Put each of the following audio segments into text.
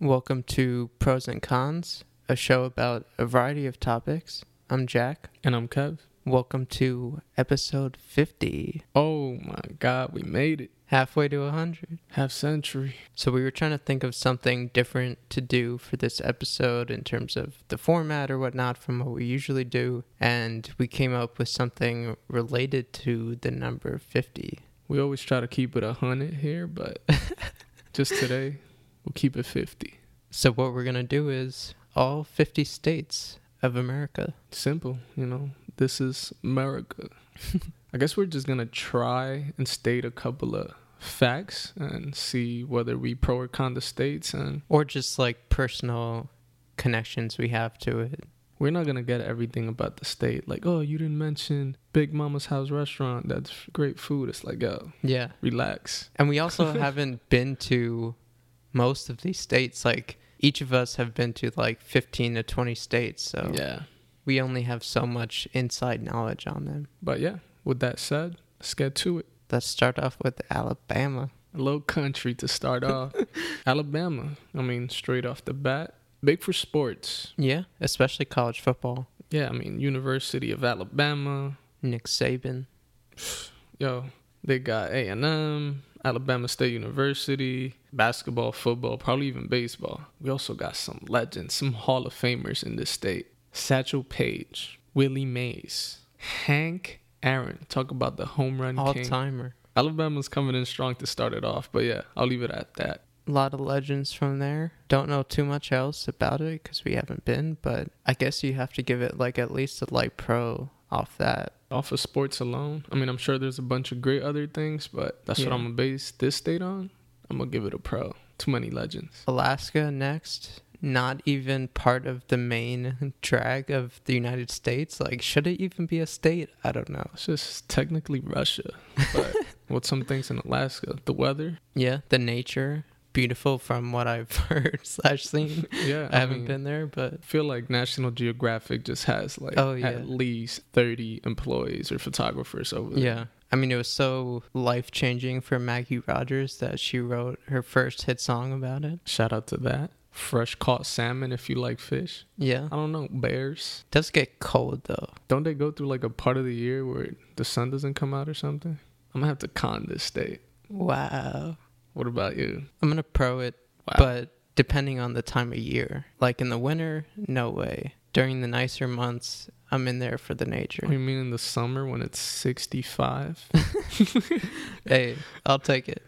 Welcome to Pros and Cons, a show about a variety of topics. I'm Jack. And I'm Kev. Welcome to episode 50, Oh my God, we made it. halfway to 100. Half century. So, we were trying to think of something different to do for this episode in terms of the format or whatnot from what we usually do. And we came up with something related to the number 50. We always try to keep it a 100 here, but just today, we'll keep it 50. So, what we're going to do is all 50 states of America. Simple, you know. This is America. I guess we're just going to try and state a couple of facts and see whether we pro or con the states. And or just like personal connections we have to it. we're not going to get everything about the state. Like, oh, you didn't mention Big Mama's House Restaurant. That's great food. It's like, yo, Yeah. relax. And we also haven't been to most of these states. Like each of us have been to like 15 to 20 states. So Yeah. we only have so much inside knowledge on them. But yeah, with that said, let's get to it. Let's start off with Alabama. A low country to start off. Alabama. I mean, straight off the bat. Big for sports. Yeah. Especially college football. Yeah, I mean, University of Alabama. Nick Saban. Yo, they got A&M, Alabama State University, basketball, football, probably even baseball. We also got some legends, some Hall of Famers in this state. Satchel Paige, Willie Mays, Hank Aaron. Talk about the home run All king. timer. Alabama's coming in strong to start it off, but yeah, I'll leave it at that. A lot of legends from there. Don't know too much else about it because we haven't been, but I guess you have to give it like at least a light pro off that. off of sports alone. I mean, I'm sure there's a bunch of great other things, but that's what Yeah. I'm gonna base this state on. I'm gonna give it a pro. Too many legends. Alaska next, not even part of the main drag of the United States. Like, should it even be a state? I don't know. It's just technically Russia, but with some things in Alaska, the weather. Yeah, the nature, beautiful from what I've heard slash seen. Yeah, I haven't mean, been there, but I feel like National Geographic just has like Oh, yeah. at least 30 employees or photographers over there. yeah. I mean, it was so life changing for Maggie Rogers that she wrote her first hit song about it. Shout out to that. Fresh caught salmon if you like fish. Yeah. I don't know, bears. Does get cold though. Don't they go through like a part of the year where the sun doesn't come out or something? I'm gonna have to con this state. Wow. What about you? I'm gonna pro it, Wow. but depending on the time of year. Like in the winter, no way. During the nicer months, I'm in there for the What do nature. you mean in the summer when it's 65? hey, I'll take it.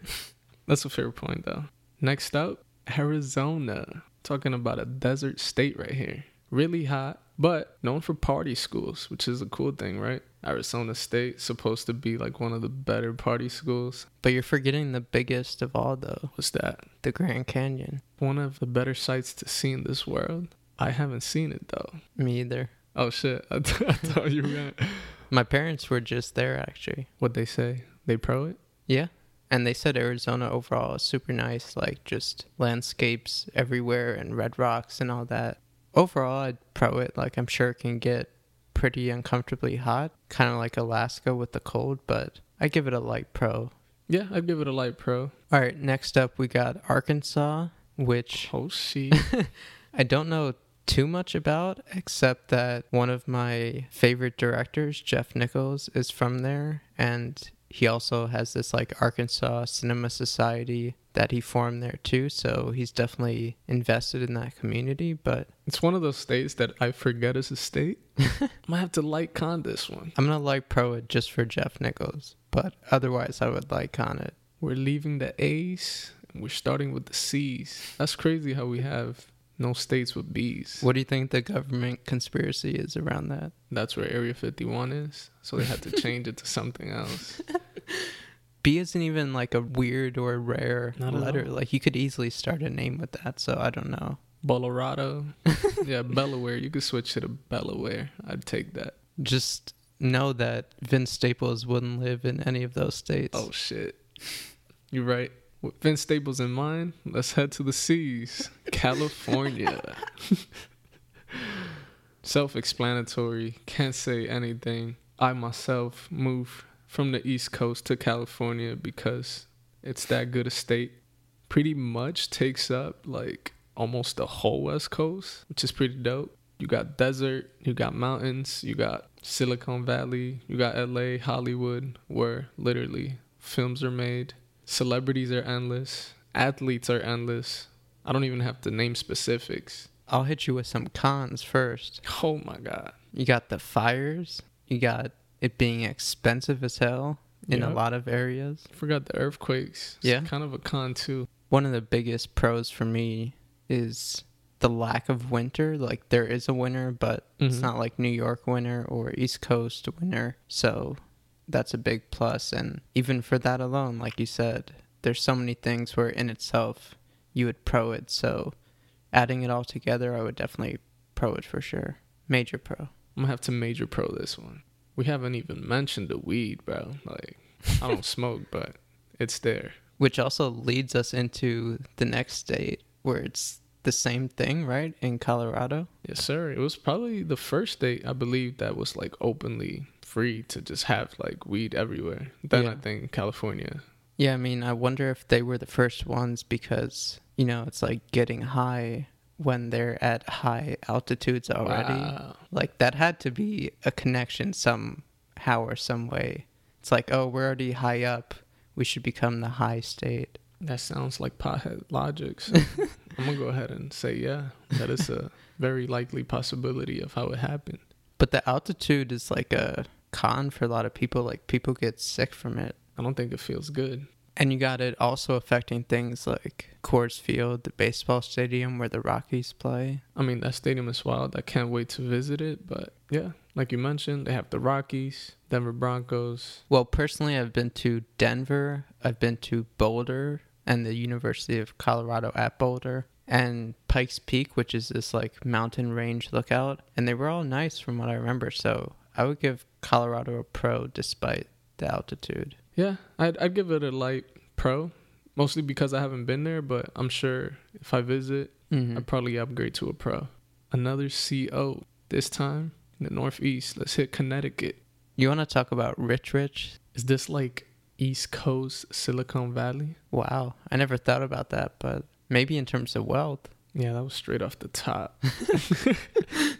That's a fair point, though. Next up, Arizona. Talking about a desert state right here. Really hot, but known for party schools, which is a cool thing, right? Arizona State supposed to be like one of the better party schools. But you're forgetting the biggest of all though, What's that? the Grand Canyon. One of the better sights to see in this world. I haven't seen it though. Me either. Oh shit! I, th- I thought you meant My parents were just there actually. what they say. They pro it. Yeah. And they said Arizona overall is super nice, like just landscapes everywhere and red rocks and all that. Overall, I'd pro it. Like, I'm sure it can get pretty uncomfortably hot, kind of like Alaska with the cold, but I give it a light pro. Yeah, I'd give it a light pro. All right, next up, we got Arkansas, which Oh shit! I don't know too much about, except that one of my favorite directors, Jeff Nichols, is from there. And he also has this like Arkansas Cinema Society that he formed there too. So he's definitely invested in that community. But It's one of those states that I forget is a state. I might have to like con this one. I'm going to like pro it just for Jeff Nichols. But otherwise, I would like on it. We're leaving the A's and we're starting with the C's. That's crazy how we have no states with B's. What do you think the government conspiracy is around that? That's where Area 51 is. So they had to change it to something else. B isn't even like a weird or rare Not at letter. all. Like you could easily start a name with that. So I don't know. Bolorado. yeah, Delaware. You could switch it to Delaware. I'd take that. just know that Vince Staples wouldn't live in any of those states. Oh, shit. You're right. With Vince Staples in mind, let's head to the C's. California. Self explanatory. Can't say anything. I myself moved from the East Coast to California because it's that good a state. Pretty much takes up like almost the whole West Coast, which is pretty dope. You got desert, you got mountains, you got Silicon Valley, you got LA, Hollywood, where literally films are made, celebrities are endless, athletes are endless. I don't even have to name specifics. I'll hit you with some cons first. Oh my God. You got the fires, you got it being expensive as hell in a Yep. lot of areas. Forgot the earthquakes. It's Yeah. Kind of a con too. One of the biggest pros for me is the lack of winter. Like there is a winter, but it's Mhm. not like New York winter or East Coast winter. So that's a big plus. And even for that alone, like you said, there's so many things where in itself you would pro it. So adding it all together, I would definitely pro it for sure. Major pro. I'm gonna have to major pro this one. We haven't even mentioned the weed, bro. Like, I don't smoke, but it's there. Which also leads us into the next state where it's the same thing, right? In Colorado. Yes, sir. It was probably the first date I believe that was like openly free to just have like weed everywhere. Then Yeah. I think California. Yeah, I mean, I wonder if they were the first ones because, you know, it's like getting high when they're at high altitudes already. Wow. Like, that had to be a connection somehow or some way. It's like, oh, we're already high up. We should become the high state. That sounds like pothead logic. So I'm gonna go ahead and say yeah. That is a very likely possibility of how it happened. But the altitude is like a con for a lot of people. Like, people get sick from it. I don't think it feels good. And you got it also affecting things like Coors Field, the baseball stadium where the Rockies play. I mean, that stadium is wild. I can't wait to visit it. But yeah, like you mentioned, they have the Rockies, Denver Broncos. Well, personally, I've been to Denver, I've been to Boulder, and the University of Colorado at Boulder, and Pikes Peak, which is this like mountain range lookout. And they were all nice from what I remember. So I would give Colorado a pro despite the altitude. Yeah, I'd, I'd give it a light pro, mostly because I haven't been there. But I'm sure if I visit, Mm-hmm. Uh, I'd probably upgrade to a pro. Another CO, this time in the Northeast. Let's hit Connecticut. You want to talk about Rich Rich? Is this like East Coast Silicon Valley? Wow. I never thought about that, but maybe in terms of wealth. Yeah, that was straight off the top.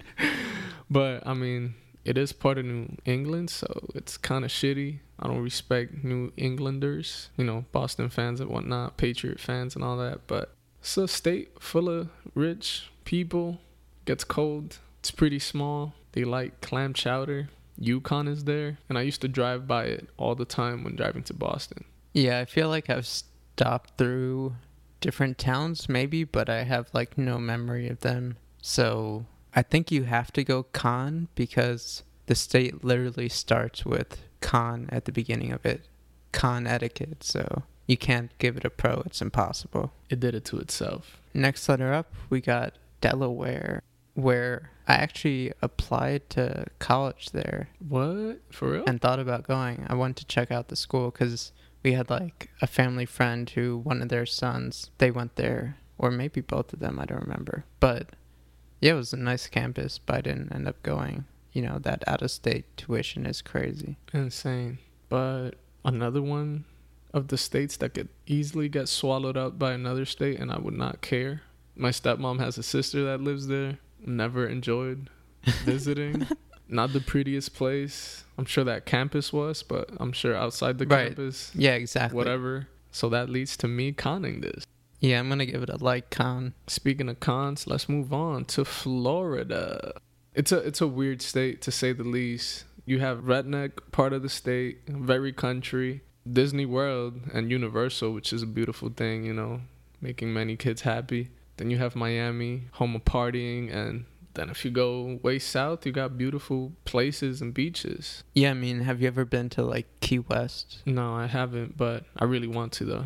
but I mean, it is part of New England, so it's kind of shitty. I don't respect New Englanders, you know, Boston fans and whatnot, Patriot fans and all that. But it's a state full of rich people. Gets cold. It's pretty small. They like clam chowder. Yukon is there, and I used to drive by it all the time when driving to Boston. Yeah, I feel like I've stopped through different towns, maybe, but I have like no memory of them. So I think you have to go con because the state literally starts with con at the beginning of it, con etiquette. So you can't give it a pro, it's impossible. It did it to itself. Next letter up, we got Delaware, where I actually applied to college there What? For real? and thought about going. I wanted to check out the school because we had like a family friend who one of their sons they went there, or maybe both of them. I don't remember, but yeah, it was a nice campus, but I didn't end up going. You know that out of state tuition is crazy. insane. But another one of the states that could easily get swallowed up by another state, and I would not care. My stepmom has a sister that lives there. Never enjoyed visiting. not the prettiest place. I'm sure that campus was, but I'm sure outside the Right. campus, Yeah, exactly. whatever. So that leads to me conning this. Yeah, I'm gonna give it a like con. Speaking of cons, let's move on to Florida. It's a it's a weird state to say the least. You have redneck part of the state, very country, Disney World and Universal, which is a beautiful thing, you know, making many kids happy. Then you have Miami, home of partying, and then if you go way south, you got beautiful places and beaches. Yeah, I mean, have you ever been to like Key West? No, I haven't, but I really want to though.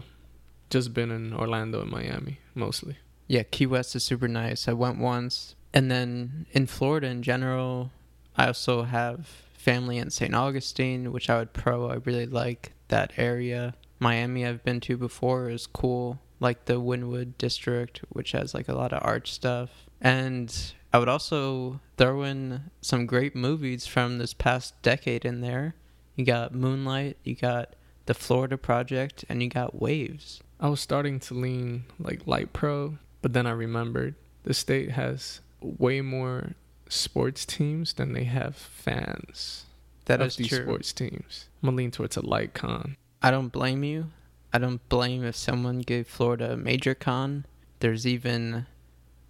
Just been in Orlando and Miami mostly. Yeah, Key West is super nice. I went once. And then in Florida in general, I also have family in St. Augustine, which I would pro. I really like that area. Miami, I've been to before, is cool. Like the Wynwood District, which has like a lot of art stuff. And I would also throw in some great movies from this past decade in there. You got Moonlight, you got The Florida Project, and you got Waves. I was starting to lean like light pro, But then I remembered the state has way more sports teams than they have fans. That of is these true. sports teams. I'm gonna lean towards a light con. I don't blame you. I don't blame if someone gave Florida a major con. There's even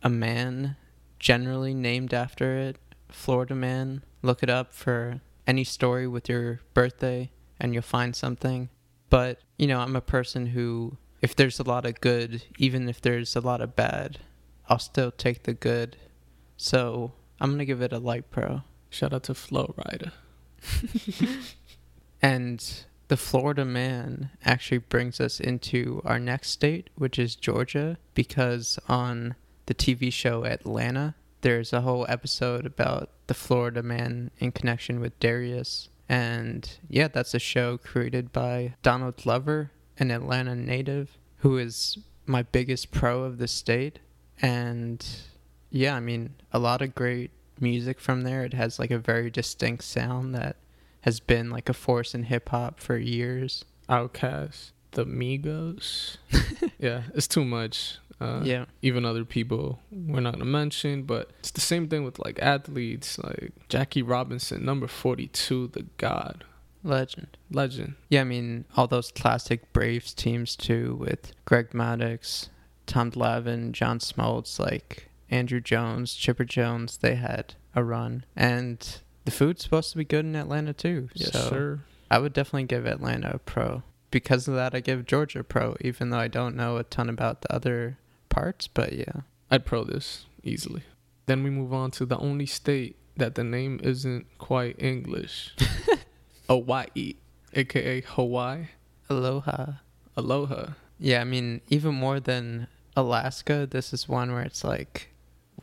a man generally named after it, Florida man. Look it up for any story with your birthday and you'll find something. But, you know, I'm a person who, if there's a lot of good, even if there's a lot of bad, I'll still take the good. So I'm going to give it a light pro. Shout out to Flow Rider. And the Florida man actually brings us into our next state, which is Georgia, because on the TV show Atlanta, there's a whole episode about the Florida man in connection with Darius. And yeah, that's a show created by Donald Glover, an Atlanta native, who is my biggest pro of the state. And yeah, I mean, a lot of great music from there. It has like a very distinct sound that has been like a force in hip hop for years. Outcast. The Migos. yeah, it's too much. Uh, yeah. even other people we're not gonna mention, but it's the same thing with like athletes, like Jackie Robinson, number forty-two, the God, Legend. legend. Yeah, I mean, all those classic Braves teams too with Greg Maddox, Tom Glavine, John Smoltz, like Andrew Jones, Chipper Jones, they had a run. And the food's supposed to be good in Atlanta too. Yes, so sir. I would definitely give Atlanta a pro. Because of that, I give Georgia a pro, even though I don't know a ton about the other parts. But yeah, I'd pro this easily. Then we move on to the only state that the name isn't quite English, Hawaii, aka Hawaii, aloha. Aloha. Yeah, I mean, even more than Alaska, this is one where it's like,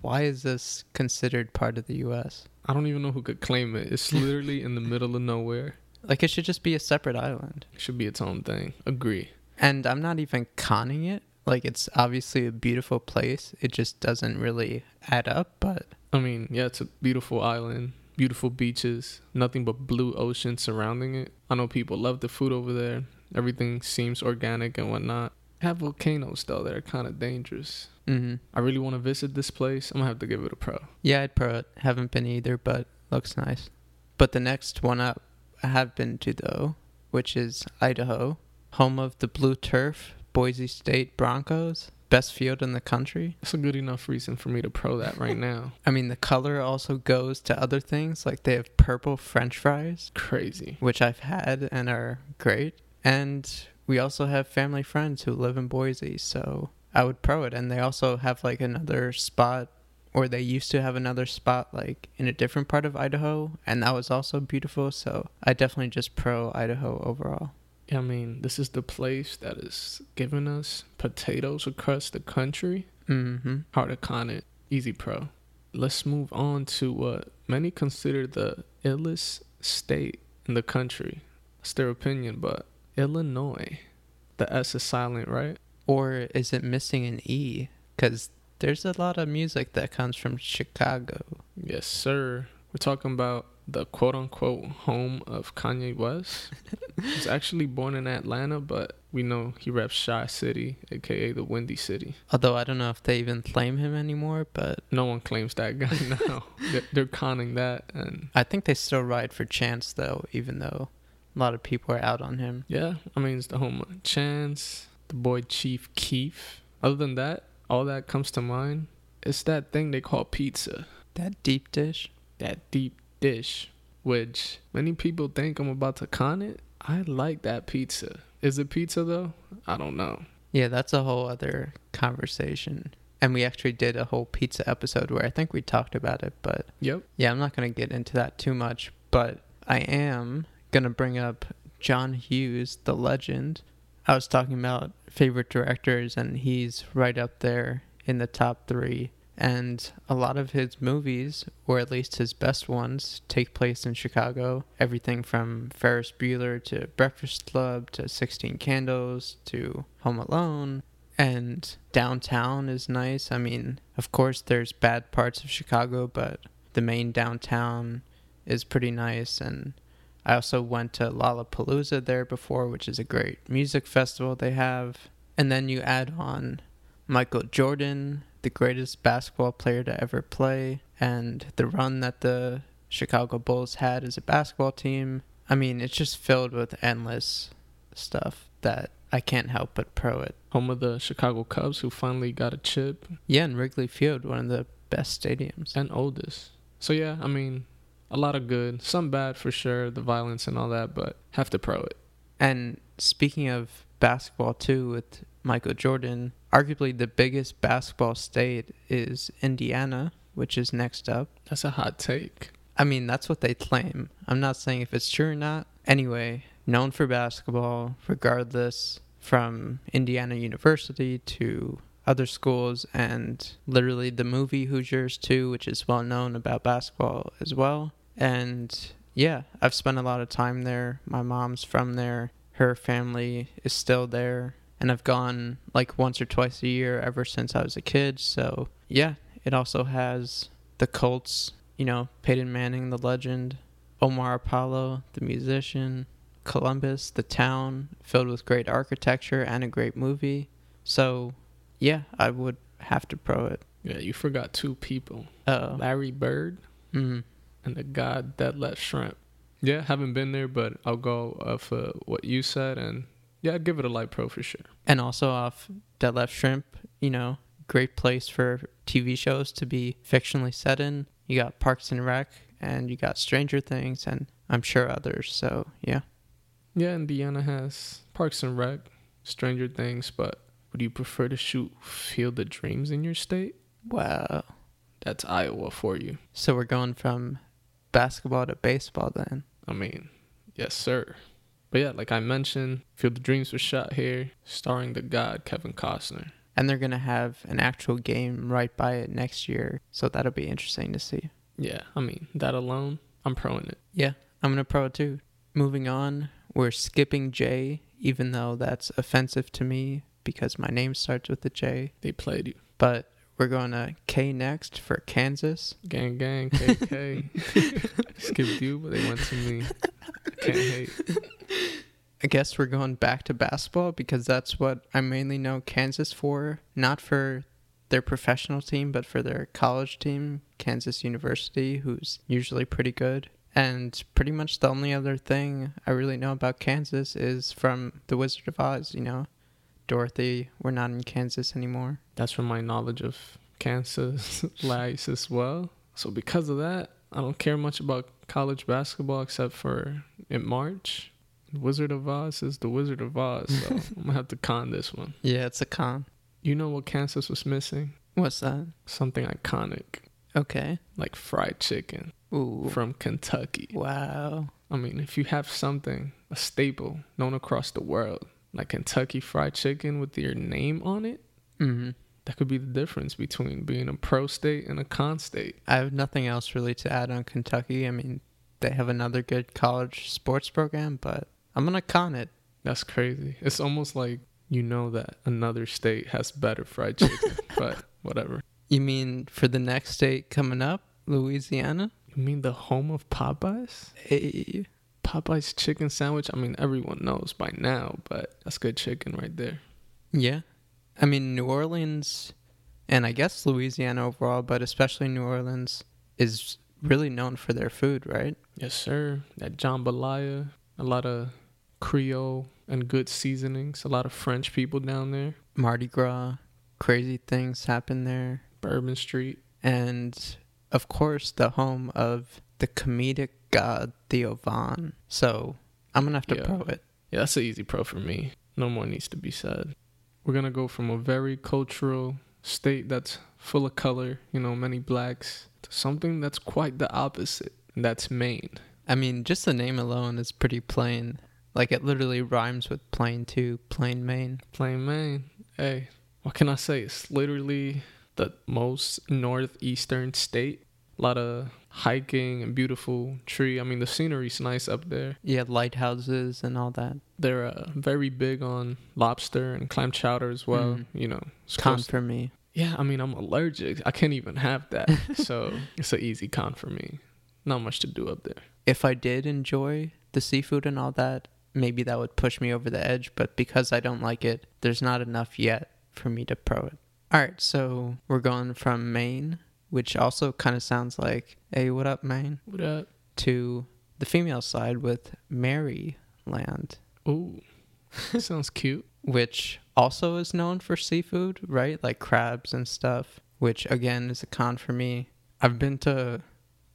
why is this considered part of the U.S.? I don't even know who could claim it. It's literally in the middle of nowhere. Like, it should just be a separate island. It should be its own thing. Agree. And I'm not even conning it. Like, it's obviously a beautiful place. It just doesn't really add up, but I mean, yeah, it's a beautiful island, beautiful beaches, nothing but blue ocean surrounding it. I know people love the food over there. Everything seems organic and whatnot. They have volcanoes though that are kind of dangerous. mm-hmm. I really want to visit this place. I'm gonna have to give it a pro. yeah, I'd pro it. Haven't been either, but looks nice. But the next one up I have been to, though, which is Idaho, home of the blue turf, Boise State Broncos, best field in the country. That's a good enough reason for me to pro that right now. I mean, the color also goes to other things. Like they have purple french fries, Crazy. which I've had and are great. And we also have family friends who live in Boise. So I would pro it. And they also have like another spot, or they used to have another spot like in a different part of Idaho. And that was also beautiful. So I definitely just pro Idaho overall. I mean, this is the place that is giving us potatoes across the country. hmm. Hard to con it. Easy pro. Let's move on to what many consider the illest state in the country. It's their opinion, but Illinois. The S is silent, right? Or is it missing an E? Because there's a lot of music that comes from Chicago. Yes, sir. We're talking about the quote unquote home of Kanye West. He's actually born in Atlanta, but we know he reps Shy City, aka the Windy City. Although I don't know if they even claim him anymore, but No one claims that guy now. they're, they're conning that, and I think they still ride for Chance though, even though a lot of people are out on him. Yeah, I mean it's the home of Chance, the boy Chief Keef. Other than that, all that comes to mind is that thing they call pizza, That deep dish. that deep dish, which many people think I'm about to con it. I like that pizza. Is it pizza though? I don't know. Yeah, that's a whole other conversation. And we actually did a whole pizza episode where I think we talked about it, but Yep. yeah, I'm not going to get into that too much, but I am going to bring up John Hughes, the legend. I was talking about favorite directors, and he's right up there in the top three. And a lot of his movies, or at least his best ones, take place in Chicago. Everything from Ferris Bueller to Breakfast Club to 16 Candles to Home Alone. And downtown is nice. I mean, of course, there's bad parts of Chicago, but the main downtown is pretty nice and I also went to Lollapalooza there before, which is a great music festival they have. And then you add on Michael Jordan, the greatest basketball player to ever play, and the run that the Chicago Bulls had as a basketball team. I mean, it's just filled with endless stuff that I can't help but pro it. Home of the Chicago Cubs, who finally got a chip Yeah, and Wrigley Field, one of the best stadiums. and oldest. So yeah, I mean, a lot of good, some bad for sure, the violence and all that, but have to pro it. And speaking of basketball, too, with Michael Jordan, arguably the biggest basketball state is Indiana, which is next up. That's a hot take. I mean, that's what they claim. I'm not saying if it's true or not. Anyway, known for basketball, regardless, from Indiana University to other schools, and literally the movie Hoosiers, too, which is well known about basketball as well. And yeah, I've spent a lot of time there. My mom's from there, her family is still there. And I've gone like once or twice a year ever since I was a kid. So yeah, it also has the Colts, you know, Peyton Manning, the legend, Omar Apollo, the musician, Columbus, the town, filled with great architecture and a great movie. So, yeah, I would have to pro it. Yeah, you forgot two people Oh, Larry Bird mm, and the god that let shrimp. Yeah, haven't been there, but I'll go off uh, what you said, and yeah, I'd give it a light pro for sure. and also off Dead Left Shrimp, you know, great place for TV shows to be fictionally set in. You got Parks and Rec, and you got Stranger Things, and I'm sure others. So, yeah. Yeah, Indiana has Parks and Rec, Stranger Things, but would you prefer to shoot Field of Dreams in your state? Wow. That's Iowa for you. So we're going from basketball to baseball then. I mean, yes, sir. But yeah, like I mentioned, Field of Dreams was shot here, starring the god Kevin Costner. and they're going to have an actual game right by it next year. So that'll be interesting to see. Yeah, I mean, that alone, I'm proing it. Yeah, I'm going to pro it too. Moving on, we're skipping J, even though that's offensive to me because my name starts with a J. They played you. But we're going to K next for Kansas. Gang, gang, KK. Skipped you, but they went to me. Can't hate. I guess we're going back to basketball because that's what I mainly know Kansas for, not for their professional team, but for their college team, Kansas University, who's usually pretty good. And pretty much the only other thing I really know about Kansas is from The Wizard of Oz, you know? Dorothy, we're not in Kansas anymore. That's from my knowledge of Kansas lies as well. So because of that, I don't care much about college basketball except for in March. Wizard of Oz is the Wizard of Oz, so I'm gonna have to con this one. Yeah, it's a con. You know what Kansas was missing? What's that? Something iconic, Okay. like fried chicken Ooh. from Kentucky. Wow. I mean, if you have something, a staple known across the world, like Kentucky fried chicken with your name on it, hmm that could be the difference between being a pro state and a con state. I have nothing else really to add on Kentucky. I mean, they have another good college sports program, but I'm going to con it. That's crazy. It's almost like you know that another state has better fried chicken, but whatever. You mean for the next state coming up, Louisiana? You mean the home of Popeyes? Hey, Popeyes chicken sandwich? I mean, everyone knows by now, but that's good chicken right there. yeah. I mean, New Orleans, and I guess Louisiana overall, but especially New Orleans, is really known for their food, right? Yes, sir. That jambalaya, a lot of Creole and good seasonings, a lot of French people down there. Mardi Gras, crazy things happen there. Bourbon Street. and of course the home of the comedic god Theo Vaughn. So I'm gonna have to Yeah. pro it. Yeah, that's an easy pro for me. No more needs to be said. We're gonna go from a very cultural state that's full of color, you know, many blacks, to something that's quite the opposite, and that's Maine. I mean, just the name alone is pretty plain. Like it literally rhymes with plain too, plain Maine. Plain Maine. Hey, what can I say? It's literally the most northeastern state. A lot of hiking and beautiful tree. I mean, the scenery's nice up there. Yeah, lighthouses and all that. They're uh, very big on lobster and clam chowder as well. Mm. You know, it's Con close- for me. Yeah, I mean, I'm allergic. I can't even have that. so it's an easy con for me. Not much to do up there. If I did enjoy the seafood and all that, maybe that would push me over the edge, but because I don't like it, there's not enough yet for me to pro it. All right, so we're going from Maine, which also kind of sounds like, hey, what up, Maine? What up? To the female side with Maryland, Ooh, sounds cute. which also is known for seafood, right? Like crabs and stuff, which again is a con for me. I've been to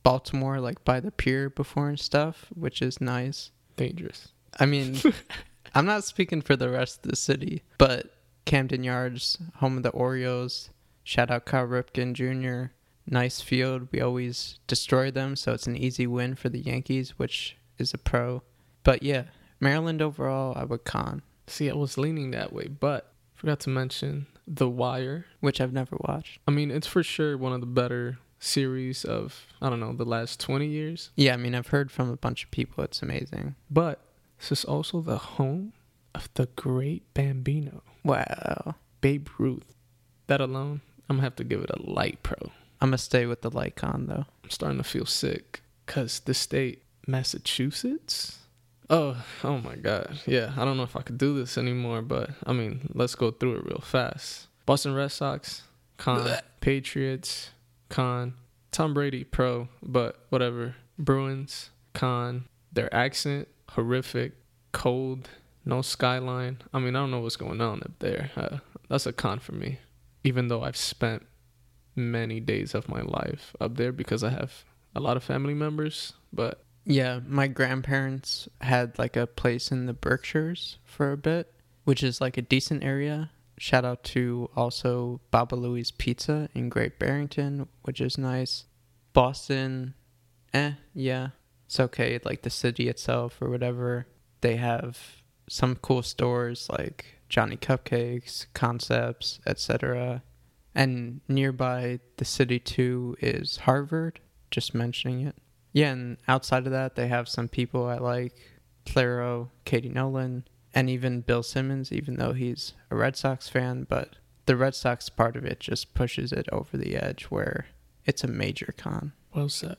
Baltimore, like by the pier before and stuff, which is nice. Dangerous. I mean, I'm not speaking for the rest of the city, but Camden Yards, home of the Orioles, shout out Kyle Ripken Jr., nice field. We always destroy them, so it's an easy win for the Yankees, which is a pro. But yeah, Maryland overall, I would con, See, I was leaning that way, but forgot to mention The Wire. which I've never watched. I mean, it's for sure one of the better series of, I don't know, the last 20 years, Yeah, I mean, I've heard from a bunch of people it's amazing. but this is also the home of the great Bambino, Wow. Babe Ruth. That alone, I'm gonna have to give it a light pro. I'm going to stay with the like on, though. I'm starting to feel sick because the state, Massachusetts. Oh, oh my God. Yeah, I don't know if I could do this anymore, but I mean, let's go through it real fast. Boston Red Sox, con. Patriots, con. Tom Brady, pro, but whatever. Bruins, con. Their accent, horrific, cold, no skyline. I mean, I don't know what's going on up there. Uh, that's a con for me, even though I've spent many days of my life up there because I have a lot of family members, but Yeah, my grandparents had like a place in the Berkshires for a bit, which is like a decent area. Shout out to also Baba Louie's Pizza in Great Barrington, which is nice. Boston, eh, yeah, it's okay. Like the city itself or whatever. They have some cool stores like Johnny Cupcakes, Concepts, etc. And nearby the city too is Harvard, just mentioning it. Yeah, and outside of that, they have some people I like Claro, Katie Nolan, and even Bill Simmons, even though he's a Red Sox fan. But the Red Sox part of it just pushes it over the edge where it's a major con. well said.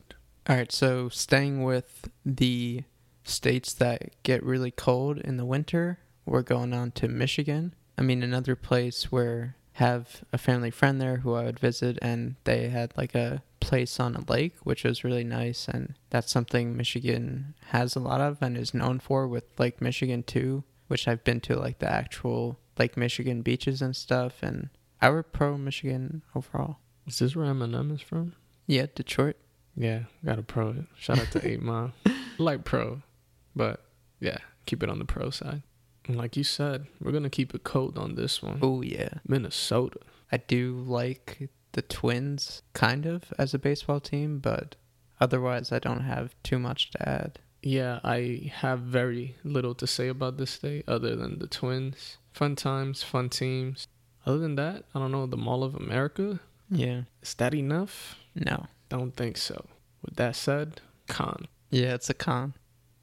All right, so staying with the states that get really cold in the winter, we're going on to Michigan. I mean, another place where have a family friend there who I would visit and they had like a place on a lake, which was really nice and that's something Michigan has a lot of and is known for with Lake Michigan too, which I've been to like the actual Lake Michigan beaches and stuff and I were pro Michigan overall. Is this where Eminem is from? Yeah, Detroit. Yeah, gotta pro it. Shout out to 8 Mile. Like pro, but yeah, keep it on the pro side. And like you said, we're gonna keep it cold on this one. Oh yeah. Minnesota. I do like the Twins kind of as a baseball team, but otherwise I don't have too much to add. Yeah, I have very little to say about this day other than the Twins. Fun times, fun teams. Other than that, I don't know, the Mall of America? Yeah. Is that enough? No. Don't think so. With that said, con. Yeah, it's a con.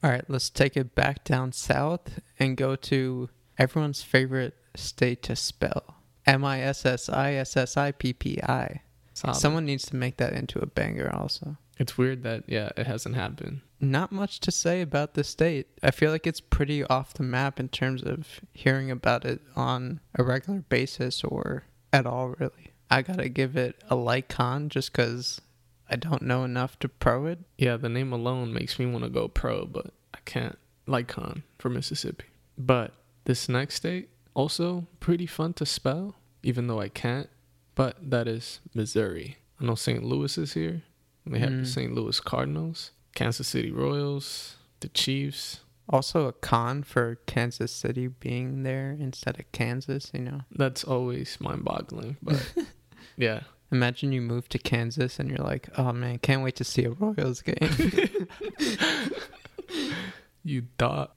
All right, let's take it back down south and go to everyone's favorite state to spell. M I S S I S S I P P I. Solid. Someone needs to make that into a banger also. It's weird that, yeah, it hasn't happened. Not much to say about the state. I feel like it's pretty off the map in terms of hearing about it on a regular basis or at all, really. I gotta give it a like con just because I don't know enough to pro it. Yeah, the name alone makes me want to go pro, but I can't. Like con for Mississippi. But this next state, also pretty fun to spell, even though I can't. But that is Missouri. I know St. Louis is here. They have the Mm. St. Louis Cardinals, Kansas City Royals, the Chiefs. Also, a con for Kansas City being there instead of Kansas, you know? That's always mind boggling. But yeah, Imagine you move to Kansas and you're like, oh man, can't wait to see a Royals game. you thought.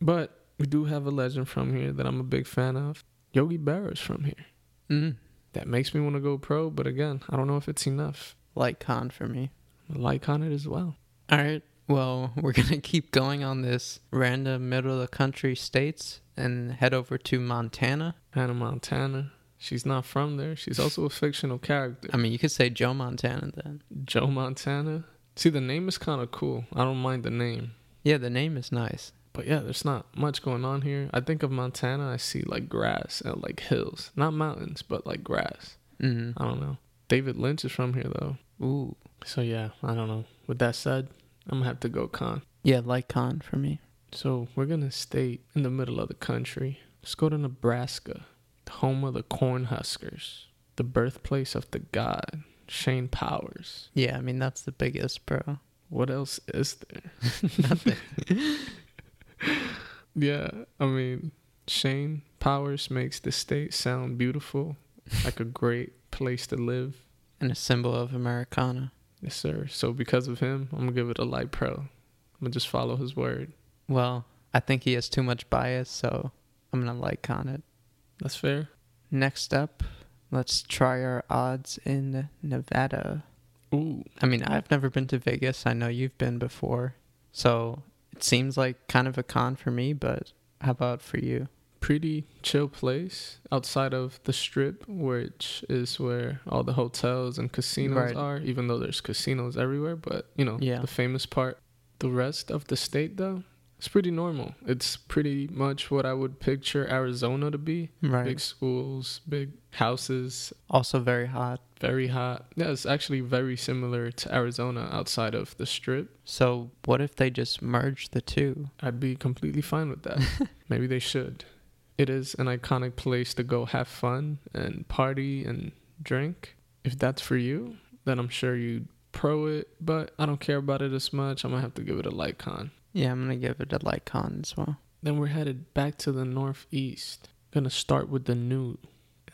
But we do have a legend from here that I'm a big fan of. Yogi Berra's from here. mm, That makes me want to go pro, but again, I don't know if it's enough. like con for me. Like on it as well. All right. Well, we're going to keep going on this random middle of the country states and head over to Montana. Hannah Montana. She's not from there. She's also a fictional character. I mean, you could say Joe Montana then. Joe Montana. See, the name is kind of cool. I don't mind the name. Yeah, the name is nice. But yeah, there's not much going on here. I think of Montana, I see like grass and like hills. Not mountains, but like grass. Mm. I don't know. David Lynch is from here though. Ooh. So yeah, I don't know. With that said, I'm gonna have to go con. Yeah, like Con for me. So we're gonna stay in the middle of the country. Let's go to Nebraska, the home of the Cornhuskers, the birthplace of the god Shane Powers. Yeah, I mean that's the biggest, bro. What else is there? Nothing. Yeah, I mean Shane Powers makes the state sound beautiful, like a great place to live. and a symbol of Americana. Yes, sir. So because of him, I'm gonna give it a light pro. I'm gonna just follow his word. Well, I think he has too much bias, so I'm gonna like Con it. That's fair. Next up, let's try our odds in Nevada. Ooh, I mean, I've never been to Vegas. I know you've been before. So it seems like kind of a con for me, but how about for you? pretty chill place outside of the strip, which is where all the hotels and casinos Right. are, even though there's casinos everywhere, but you know, Yeah. the famous part. The rest of the state though, it's pretty normal. It's pretty much what I would picture Arizona to be. Right. Big schools, big houses, Also very hot. very hot. Yeah, it's actually very similar to Arizona outside of the strip. So what if they just merge the two? I'd be completely fine with that. Maybe they should. It is an iconic place to go have fun and party and drink. If that's for you, then I'm sure you'd pro it, but I don't care about it as much. I'm gonna have to give it a like con. Yeah, I'm gonna give it a like con as well. Then we're headed back to the northeast. Gonna start with the new,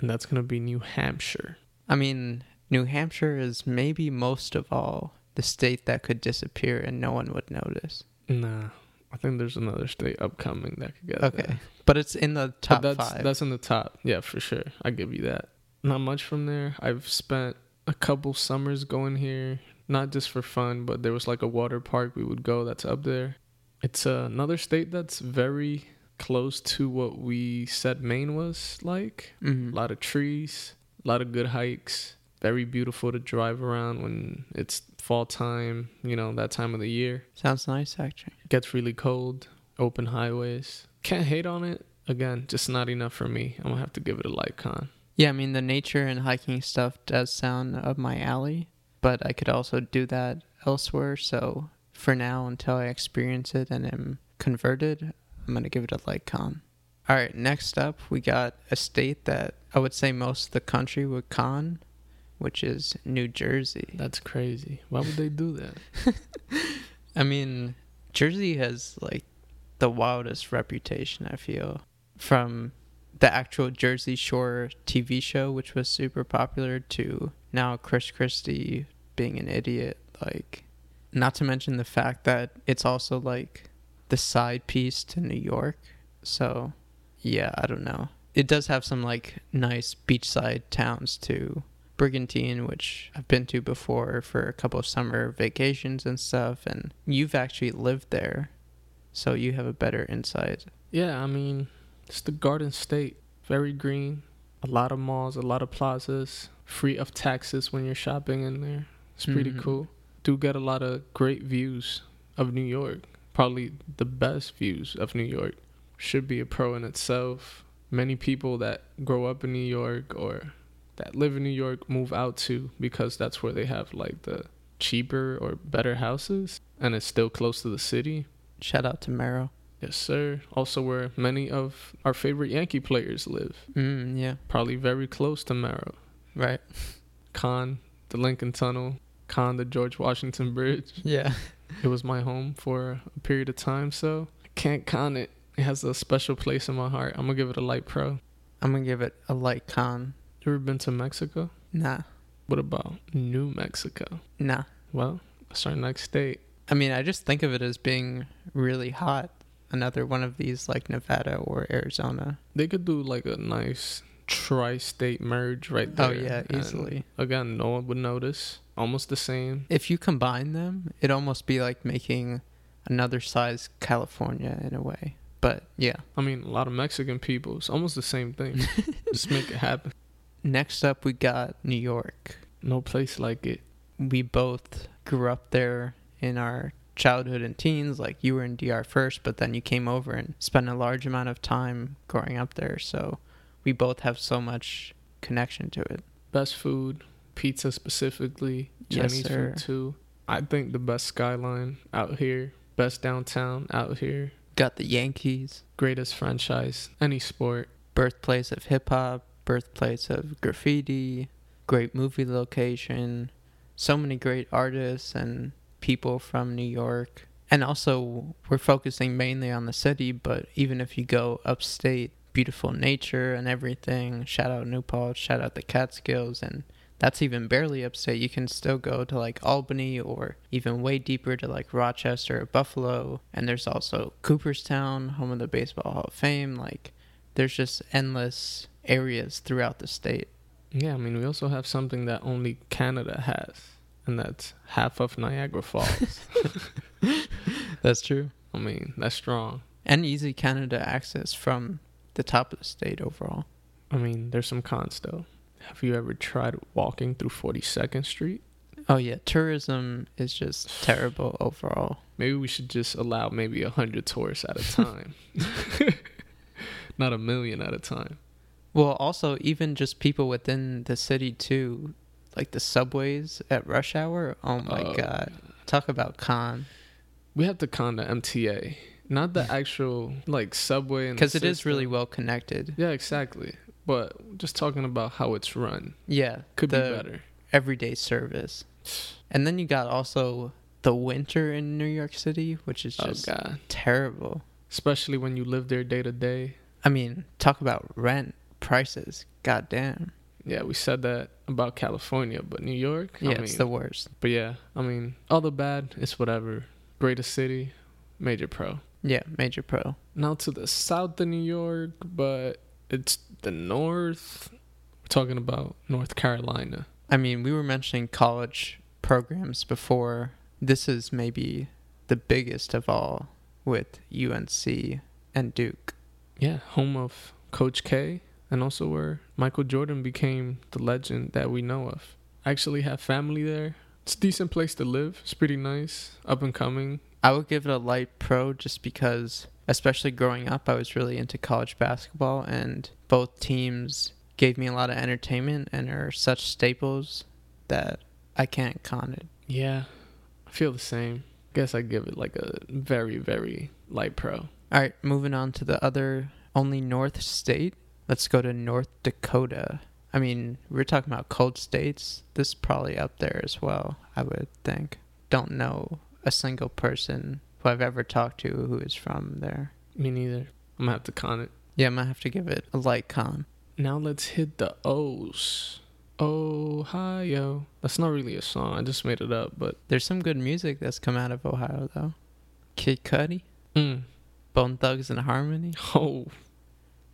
and that's gonna be New Hampshire. I mean, New Hampshire is maybe most of all the state that could disappear and no one would notice. Nah, I think there's another state upcoming that could get Okay. there. But it's in the But top that's, five. That's in the top. Yeah, for sure. I give you that. Not much from there. I've spent a couple summers going here, not just for fun, but there was like a water park we would go that's up there. It's uh, another state that's very close to what we said Maine was like. A Mhm. lot of trees, a lot of good hikes. Very beautiful to drive around when it's fall time, you know, that time of the year Sounds nice, actually. gets really cold open highways can't hate on it again just not enough for me i'm gonna have to give it a like con Yeah, I mean, the nature and hiking stuff does sound up my alley, but I could also do that elsewhere. So for now, until I experience it and am converted, I'm going to give it a like con. All right, next up, we got a state that I would say most of the country would con, which is New Jersey. that's crazy why would they do that I mean, Jersey has like the wildest reputation, I feel, from the actual Jersey Shore TV show, which was super popular, to now Chris Christie being an idiot. Like, not to mention the fact that it's also like the side piece to New York. So, yeah, I don't know. It does have some like nice beachside towns too. Brigantine, which I've been to before for a couple of summer vacations and stuff, and you've actually lived there, so you have a better insight. yeah i mean it's the garden state very green a lot of malls a lot of plazas free of taxes when you're shopping in there it's pretty Mhm. cool do get a lot of great views of new york probably the best views of new york should be a pro in itself many people that grow up in new york or that live in New York move out to because that's where they have like the cheaper or better houses and it's still close to the city. Shout out to Merrill. Yes, sir. Also, where many of our favorite Yankee players live, Mm, yeah, probably very close to Marrow. right. Con, the Lincoln Tunnel, con, the George Washington Bridge. Yeah. It was my home for a period of time, so I can't con it. It has a special place in my heart. I'm gonna give it a light pro. I'm gonna give it a light con. You ever been to Mexico? Nah, What about New Mexico? nah. Well, that's our next state. I mean, I just think of it as being really hot. Another one of these like Nevada or Arizona. They could do like a nice tri-state merge right there. Oh yeah, and easily. Again, no one would notice. Almost the same. If you combine them, it'd almost be like making another size California in a way. But yeah. I mean, a lot of Mexican people. It's almost the same thing. Just make it happen. Next up, we got New York. No place like it. we both grew up there in our childhood and teens. Like you were in DR first, but then you came over and spent a large amount of time growing up there. So we both have so much connection to it. best food, pizza specifically, Yes, Chinese sir. food too. I think the best skyline out here, best downtown out here, Got the Yankees, greatest franchise, any sport. birthplace of hip hop, birthplace of graffiti, great movie location, so many great artists and people from New York. And also, we're focusing mainly on the city, but even if you go upstate, beautiful nature and everything. Shout out New Paul, shout out the Catskills, and that's even barely upstate. You can still go to like Albany or even way deeper to like Rochester or Buffalo. And there's also Cooperstown, home of the Baseball Hall of Fame. Like, there's just endless areas throughout the state. Yeah, I mean, we also have something that only Canada has, and that's half of Niagara Falls. That's true. I mean, that's strong. And easy Canada access from the top of the state overall. I mean, there's some cons though. Have you ever tried walking through 42nd Street? Oh yeah, tourism is just terrible overall. Maybe we should just allow maybe a 100 tourists at a time, not a million at a time. Well, also even just people within the city too, like the subways at rush hour. Oh my Oh. god. Talk about con We have to con the MTA, not the actual like subway. and the because it is really system. well connected. Yeah, exactly. But just talking about how it's run Yeah, could the be better. everyday service. And then you got also the winter in New York City, which is Oh just God, terrible. especially when you live there day to day. I mean, talk about rent prices. Goddamn. Yeah, we said that about California, but New York. Yeah, I mean, it's the worst. But yeah, I mean, all the bad, it's whatever. Greatest city, major pro. Yeah, major pro. Now to the south of New York, but it's the north. We're talking about North Carolina. I mean, we were mentioning college programs before. This is maybe the biggest of all with UNC and Duke. Yeah, home of Coach K, and also where Michael Jordan became the legend that we know of. I actually have family there. It's a decent place to live. It's pretty nice, up and coming. I would give it a light pro just because, especially growing up, I was really into college basketball, and both teams gave me a lot of entertainment and are such staples that I can't con it. Yeah, I feel the same. Guess I give it like a very, very light pro. All right, moving on to the other only North state. Let's go to North Dakota. I mean, we're talking about cold states. This is probably up there as well, I would think. Don't know a single person who I've ever talked to who is from there. Me neither. I'm gonna have to con it. Yeah, I might have to give it a like con. Now let's hit the O's. Ohio. That's not really a song. I just made it up, but There's some good music that's come out of Ohio, though. Kid Cudi, mm. Bone Thugs and Harmony. oh,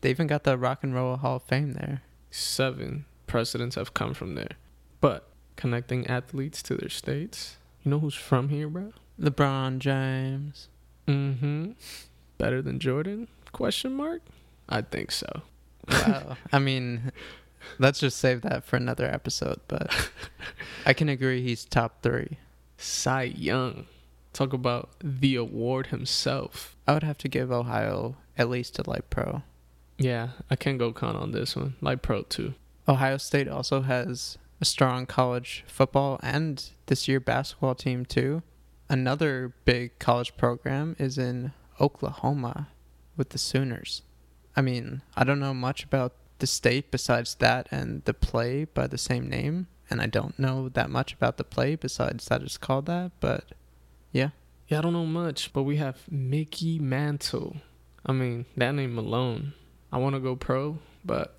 They even got the Rock and Roll Hall of Fame there. seven presidents have come from there. But connecting athletes to their states. You know who's from here, bro? LeBron James. Mm-hmm. Better than Jordan? Question mark. I think so. Wow. I mean, let's just save that for another episode, but I can agree he's top three. Cy Young. Talk about the award himself. I would have to give Ohio at least a light pro. Yeah, I can go con on this one. Like pro too. Ohio State also has a strong college football and this year basketball team, too. Another big college program is in Oklahoma with the Sooners. I mean, I don't know much about the state besides that and the play by the same name, and I don't know that much about the play besides that it's called that, but Yeah, I don't know much, but we have Mickey Mantle. I mean, that name alone. I want to go pro, but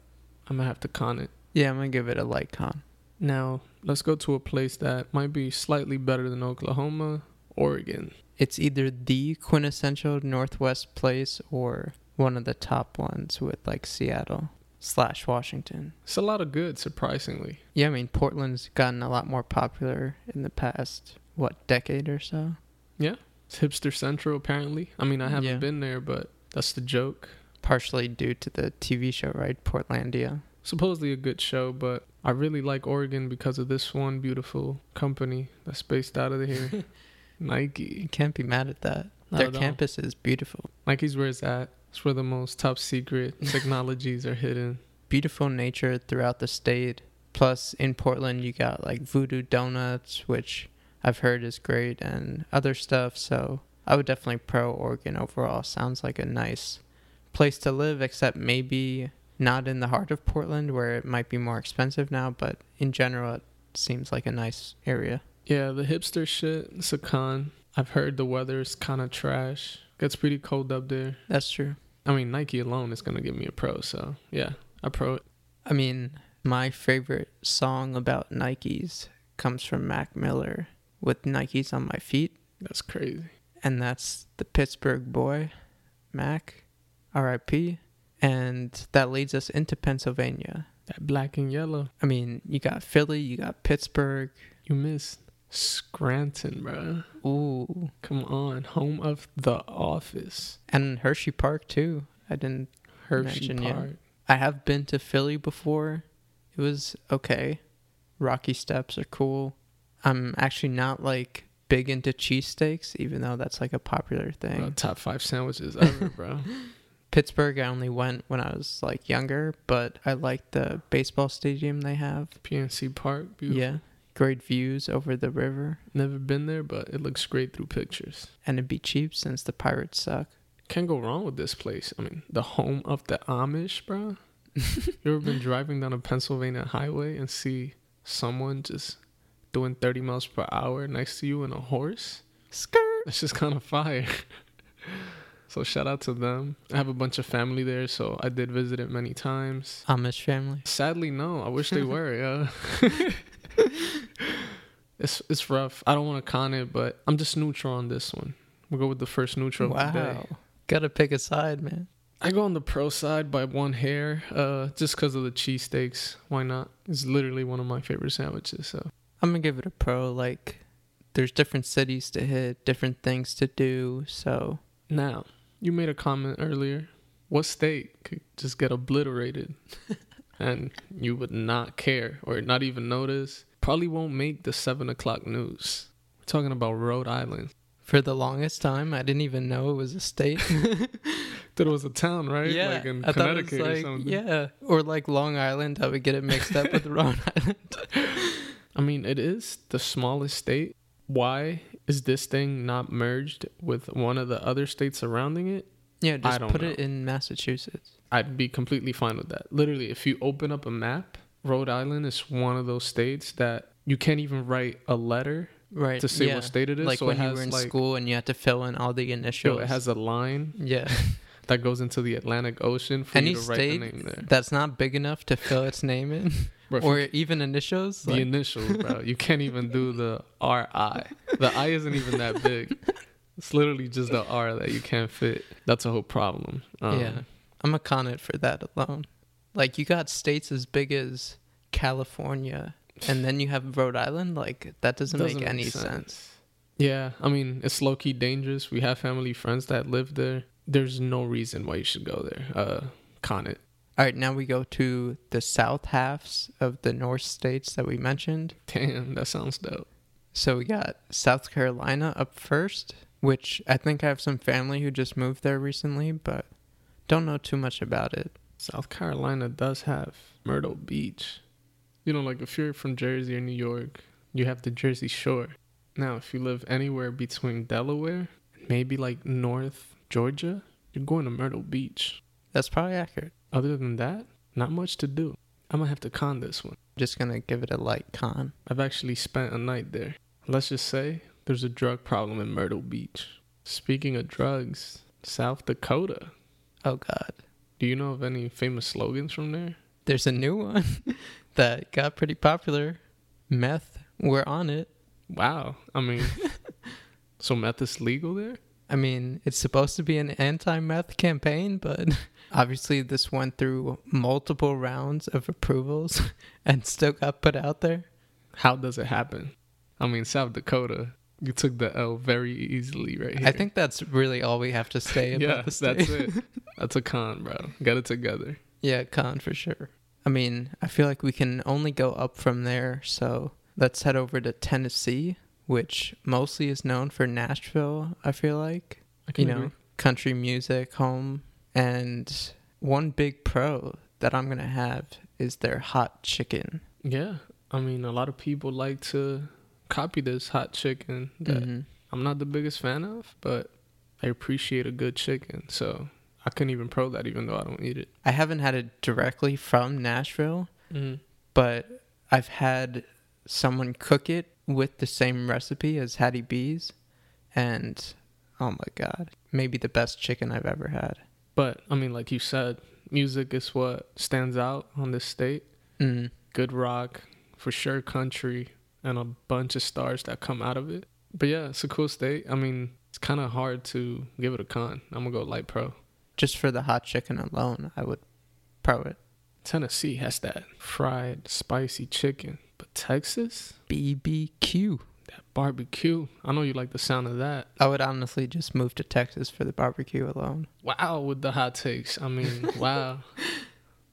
I'm going to have to con it. Yeah, I'm gonna give it a light con. Now, let's go to a place that might be slightly better than Oklahoma, Oregon. It's either the quintessential Northwest place or one of the top ones with like Seattle slash Washington. It's a lot of good, surprisingly. Yeah, I mean Portland's gotten a lot more popular in the past what decade or so. It's hipster central, apparently. I mean, I haven't Yeah. been there, but that's the joke. Partially due to the TV show, right? Portlandia. Supposedly a good show, but I really like Oregon because of this one beautiful company that's based out of here Nike. You can't be mad at that. Not Their at all. campus is beautiful. Nike's where it's at. It's where the most top secret technologies are hidden. Beautiful nature throughout the state. Plus, in Portland, you got like Voodoo Donuts, which I've heard is great, and other stuff. So I would definitely pro Oregon overall. Sounds like a nice place to live, except maybe not in the heart of Portland where it might be more expensive now, but in general, it seems like a nice area. Yeah, the hipster shit, it's a con. I've heard the weather is kind of trash. Gets pretty cold up there. That's true. I mean, Nike alone is going to give me a pro, so yeah, I pro it. I mean, my favorite song about Nikes comes from Mac Miller with Nikes on my feet, That's crazy. and that's the Pittsburgh boy, Mac, RIP. And that leads us into Pennsylvania. That black and yellow. I mean, you got Philly, you got Pittsburgh. You missed Scranton, bruh. Ooh, Come on, home of the office. and Hershey Park too. I didn't Hershey Mention, yeah. Park. I have been to Philly before. It was okay. Rocky steps are cool. I'm actually not like big into cheesesteaks, even though that's like a popular thing. Bro, top five sandwiches ever, bro. Pittsburgh, I only went when I was like younger, but I like the baseball stadium they have. PNC Park, beautiful. Yeah. Great views over the river. Never been there, but it looks great through pictures. And it'd be cheap since the Pirates suck. Can't go wrong with this place. I mean, the home of the Amish, bro. you ever been driving down a Pennsylvania highway and see someone just doing 30 miles per hour next to you and a horse? Skirt. That's just kind of fire. so shout out to them. I have a bunch of family there, so I did visit it many times. Amish family. Sadly, no. I wish they were. Yeah. it's it's rough. I don't want to con it, but I'm just neutral on this one. We'll go with the first neutral wow. of the day. Gotta pick a side, man. I go on the pro side by one hair, uh, just because of the cheesesteaks. Why not? It's literally one of my favorite sandwiches. So I'm gonna give it a pro. Like, there's different cities to hit, different things to do. So now you made a comment earlier. What state could just get obliterated, and you would not care or not even notice? Probably won't make the seven o'clock news. We're talking about Rhode Island. for the longest time, I didn't even know it was a state. That it was a town, right? like in I thought it was, Connecticut or like- something. Yeah, or like Long Island. I would get it mixed up with Rhode Island. I mean, it is the smallest state. Why is this thing not merged with one of the other states surrounding it? Yeah, just don't put know. it in Massachusetts. I'd be completely fine with that. Literally, if you open up a map, Rhode Island is one of those states that you can't even write a letter. Right. To say what yeah. state it is, Like so it when you has, were in like- school and you had to fill in all the Yo, initials. it has a line yeah. that goes into the Atlantic Ocean for Any you to write the state name there. that's not big enough to fill its name in, Bro, if you or even initials. the Like, initials, bro. You can't even do the R I. The I isn't even that big. It's literally just the R that you can't fit. That's a whole problem. Um, yeah, I'm a con it for that alone. Like you got states as big as California, and then you have Rhode Island. Like that doesn't, make, any sense. Yeah, I mean it's low key dangerous. We have family friends that live there. There's no reason why you should go there. Uh, con it. All right, now we go to the south halves of the north states that we mentioned. Damn, that sounds dope. So we got South Carolina up first, which I think I have some family who just moved there recently, but don't know too much about it. South Carolina does have Myrtle Beach. You know, like if you're from Jersey or New York, you have the Jersey Shore. Now, if you live anywhere between Delaware, maybe like North Georgia, you're going to Myrtle Beach. That's probably accurate. Other than that, not much to do. I'm gonna have to con this one. Just gonna give it a light con. I've actually spent a night there. Let's just say there's a drug problem in Myrtle Beach. Speaking of drugs, South Dakota. Oh God. Do you know of any famous slogans from there? there's a new one that got pretty popular. Meth, we're on it. Wow. I mean, so meth is legal there? I mean, it's supposed to be an anti meth campaign, but obviously this went through multiple rounds of approvals and still got put out there. How does it happen? I mean, South Dakota, you took the L very easily right here. I think that's really all we have to say about yeah, the that's state. it. That's a con, bro. Got it together. Yeah, con for sure. I mean, I feel like we can only go up from there, so let's head over to Tennessee, which mostly is known for Nashville, I feel like. I you can know, agree. country music home. And one big pro that I'm going to have is their hot chicken. Yeah. I mean, a lot of people like to copy this hot chicken that Mhm. I'm not the biggest fan of, but I appreciate a good chicken. So I couldn't even pro that, even though I don't eat it. I haven't had it directly from Nashville, Mm. but I've had someone cook it with the same recipe as Hattie B's, and oh my god, maybe the best chicken I've ever had. But I mean, like you said, music is what stands out on this state. Mm. Good rock, for sure, country, and a bunch of stars that come out of it. But yeah, it's a cool state. I mean, it's kind of hard to give it a con. I'm gonna go light pro. Just for the hot chicken alone, I would pro it. Tennessee has that fried spicy chicken, but Texas, BBQ. that barbecue. I know you like the sound of that. I would honestly just move to Texas for the barbecue alone. Wow, with the hot takes. I mean, wow,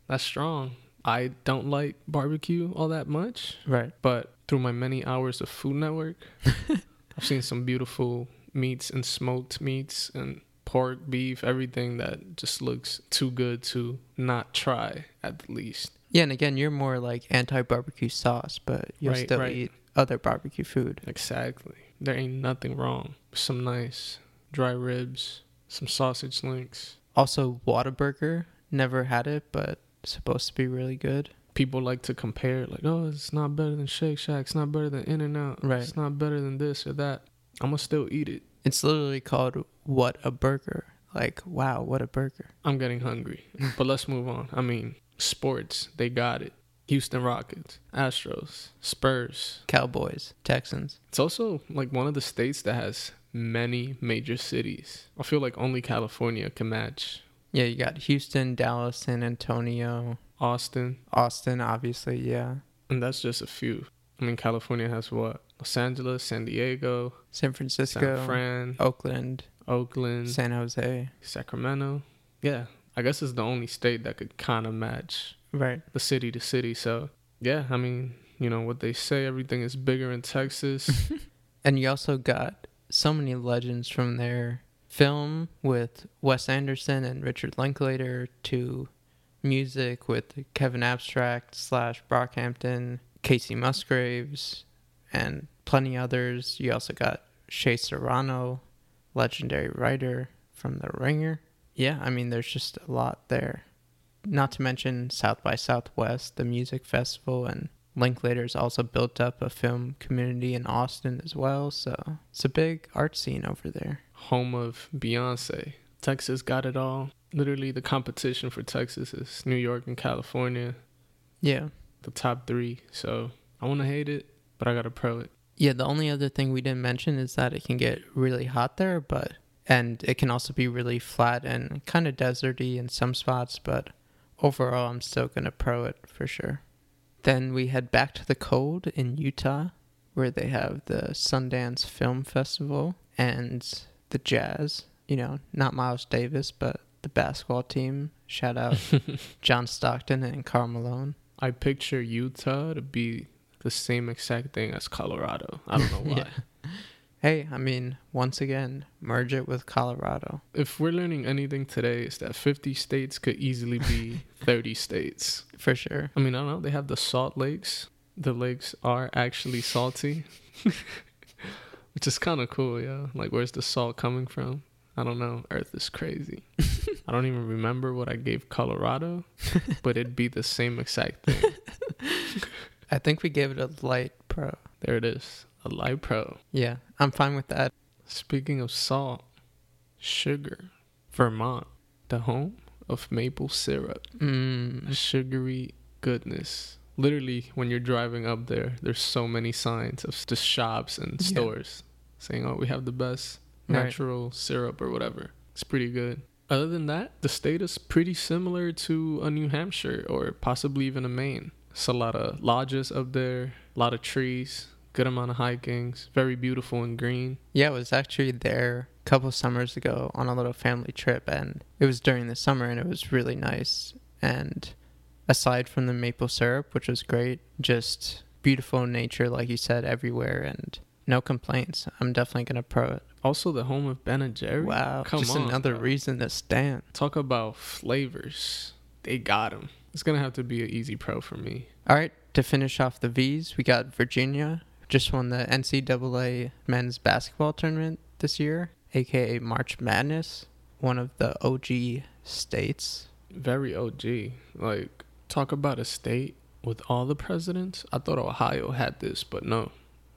that's strong. I don't like barbecue all that much. Right. but through my many hours of Food Network, I've seen some beautiful meats and smoked meats and pork, beef, everything that just looks too good to not try at the least. Yeah, and again, you're more like anti barbecue sauce, but you'll Right, still right. eat other barbecue food. Exactly. There ain't nothing wrong. Some nice dry ribs, some sausage links. Also, Whataburger, never had it, but supposed to be really good. People like to compare, like, oh, it's not better than Shake Shack, it's not better than In N Out, Right. it's not better than this or that. I'm gonna still eat it. It's literally called What a Burger. Like, wow, what a burger. I'm getting hungry. But let's move on. I mean, sports, they got it. Houston Rockets, Astros, Spurs. Cowboys, Texans. It's also like one of the states that has many major cities. I feel like only California can match Yeah, you got Houston, Dallas, San Antonio, Austin, Austin, obviously, yeah. and that's just a few. I mean, California has what? Los Angeles, San Diego, San Francisco, San Fran, Oakland, Oakland, San Jose. Sacramento. Yeah, I guess it's the only state that could kind of match Right. the city to city. So yeah, I mean, you know what they say, everything is bigger in Texas. And you also got so many legends from their film with Wes Anderson and Richard Linklater to music with Kevin Abstract slash Brockhampton, Casey Musgraves, and plenty others. You also got Shea Serrano, legendary writer from The Ringer. Yeah, I mean, there's just a lot there. Not to mention South by Southwest, the music festival, and Linklater's also built up a film community in Austin as well, so it's a big art scene over there. Home of Beyonce. Texas got it all. Literally the competition for Texas is New York and California, Yeah. the top three. So I wanna hate it, but I gotta pro it. Yeah, the only other thing we didn't mention is that it can get really hot there, but and it can also be really flat and kind of deserty in some spots, but overall I'm still going to pro it for sure. Then we head back to the cold in Utah where they have the Sundance Film Festival and the Jazz, you know, not Miles Davis, but the basketball team. Shout out John Stockton and Carl Malone. I picture Utah to be the same exact thing as Colorado. I don't know why. Yeah. Hey, I mean, once again, merge it with Colorado. If we're learning anything today, is that 50 states could easily be 30 states. For sure. I mean, I don't know. They have the salt lakes. The lakes are actually salty, which is kind of cool, yeah. Like, where's the salt coming from? I don't know. Earth is crazy. I don't even remember what I gave Colorado, but it'd be the same exact thing. I think we gave it a light pro. There it is. A light pro. Yeah, I'm fine with that. Speaking of salt, sugar, Vermont, the home of maple syrup, Mm, sugary goodness. Literally, when you're driving up there, there's so many signs of just shops and Yeah. stores saying, "Oh, we have the best Right. natural syrup or whatever." It's pretty good. Other than that, the state is pretty similar to a New Hampshire or possibly even a Maine. It's a lot of lodges up there, a lot of trees, good amount of hikings, very beautiful and green. yeah, I was actually there a couple summers ago on a little family trip, and it was during the summer, and it was really nice. And aside from the maple syrup, which was great, just beautiful nature, like you said, everywhere, and no complaints. I'm definitely gonna pro it. Also, the home of Ben and Jerry. Wow, come just on, another bro. reason to stand. Talk about flavors. They got 'em. It's going to have to be an easy pro for me. All right, To finish off the V's, we got Virginia, just won the NCAA men's basketball tournament this year, aka March Madness, one of the OG states. Very OG. Like, talk about a state with all the presidents. I thought Ohio had this, but no.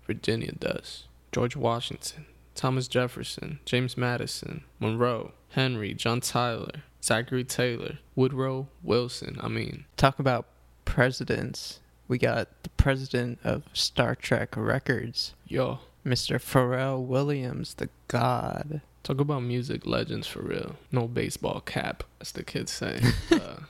Virginia does. George Washington, Thomas Jefferson, James Madison, Monroe, Henry, John Tyler, Zachary Taylor, Woodrow Wilson. I mean, Talk about presidents. We got the president of Star Trek Records, yo, Mr. Pharrell Williams, the god. talk about music legends for real. No baseball cap, as the kids say. uh,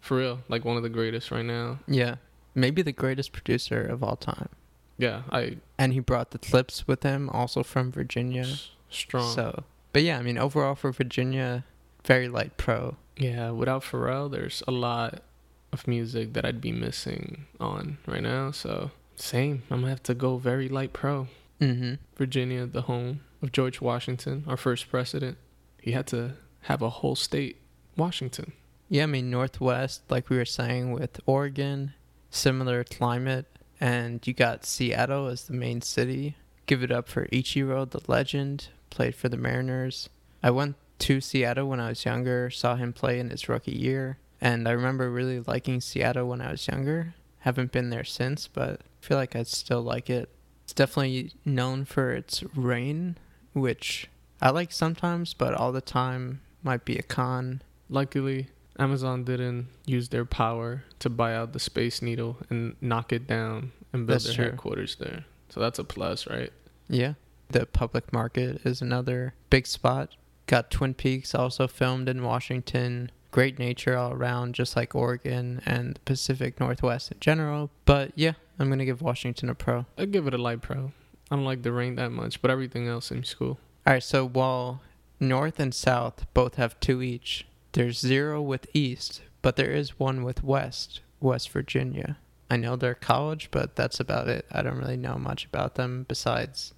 for real, like one of the greatest right now. Yeah, maybe the greatest producer of all time. Yeah, I And he brought the clips with him, also from Virginia. s- strong. So, but yeah, I mean, overall for Virginia, very light pro. Yeah, without Pharrell, there's a lot of music that I'd be missing on right now. So same, I'm gonna have to go very light pro. Mm-hmm. Virginia, the home of George Washington, our first president. He had to have a whole state, Washington. Yeah, I mean, Northwest, like we were saying with Oregon, similar climate. And you got Seattle as the main city. Give it up for Ichiro, the legend, played for the Mariners. I went to Seattle when I was younger, saw him play in his rookie year. And I remember really liking Seattle when I was younger. Haven't been there since, but I feel like I'd still like it. It's definitely known for its rain, which I like sometimes, but all the time might be a con. Luckily, Amazon didn't use their power to buy out the Space Needle and knock it down and build That's their true. headquarters there. So that's a plus, right? Yeah. The public market is another big spot. Got Twin Peaks also filmed in Washington. Great nature all around, just like Oregon and the Pacific Northwest in general. But yeah, I'm going to give Washington a pro. I'd give it a light pro. I don't like the rain that much, but everything else seems cool. All right, so while North and South both have two each, there's zero with East, but there is one with West, West Virginia. I know they're college, but that's about it. I don't really know much about them besides,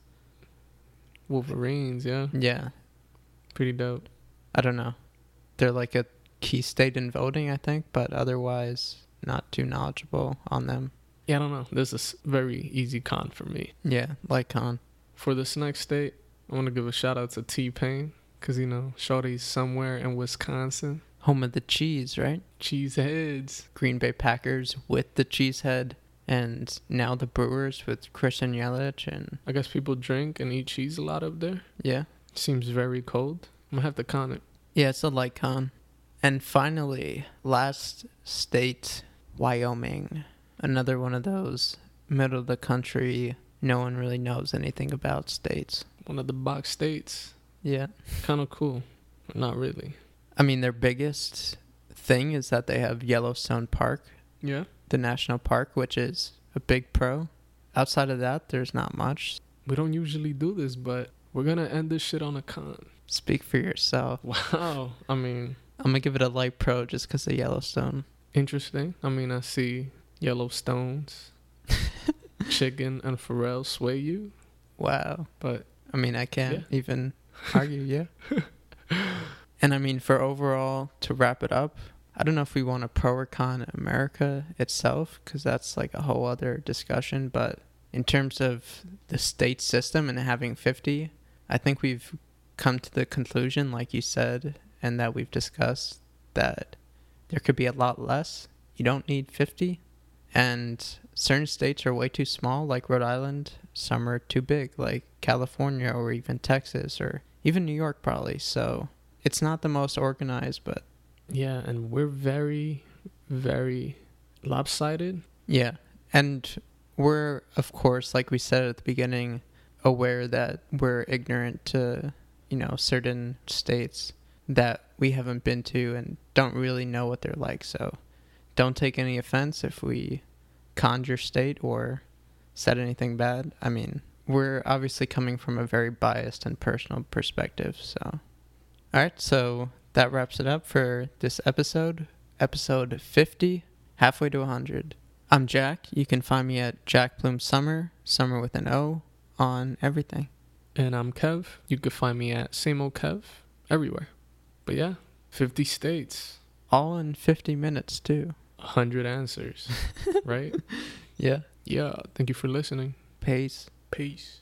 Wolverines, yeah. yeah, Pretty dope. I don't know. They're like a key state in voting, I think, but otherwise not too knowledgeable on them. Yeah, I don't know. This is very easy con for me. Yeah, like on. For this next state, I want to give a shout out to T Pain, because, you know, Shorty's somewhere in Wisconsin. Home of the cheese, right? Cheeseheads. Green Bay Packers with the cheesehead and now the Brewers with Christian Yelich and I guess people drink and eat cheese a lot up there. yeah. Seems very cold. I'm gonna have to con it. Yeah, it's a like con. And finally, last state, Wyoming. Another one of those middle of the country no one really knows anything about states. One of the box states. Yeah. Kind of cool. but Not really. I mean, their biggest thing is that they have Yellowstone Park, Yeah. the national park, which is a big pro. Outside of that, there's not much. We don't usually do this, but we're gonna end this shit on a con. Speak for yourself. Wow. I mean, I'm gonna give it a light pro just because of Yellowstone. interesting. I mean, I see Yellowstones, chicken, and Pharrell sway you, Wow. but I mean, I can't even argue. Yeah. and I mean, for overall, to wrap it up, I don't know if we want to pro or con America itself, because that's like a whole other discussion. But in terms of the state system and having 50, I think we've come to the conclusion, like you said, and that we've discussed, that there could be a lot less. You don't need 50. And certain states are way too small, like Rhode Island. Some are too big, like California or even Texas or even New York, probably. So it's not the most organized, but yeah, and we're very, very lopsided. yeah. And we're, of course, like we said at the beginning, aware that we're ignorant to, you know, certain states that we haven't been to and don't really know what they're like. So don't take any offense if we conned your state or said anything bad. I mean, we're obviously coming from a very biased and personal perspective. So, all right. So that wraps it up for this episode, episode 50, halfway to 100. I'm Jack. You can find me at Jack Bloom Summer, Summer with an O, on everything. And I'm Kev. You can find me at same old Kev everywhere. But yeah, 50 states. All in 50 minutes, too. 100 answers, right? Yeah. Yeah. Thank you for listening. Peace. Peace.